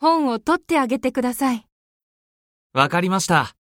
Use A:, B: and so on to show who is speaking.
A: 本を取ってあげてください。
B: わかりました。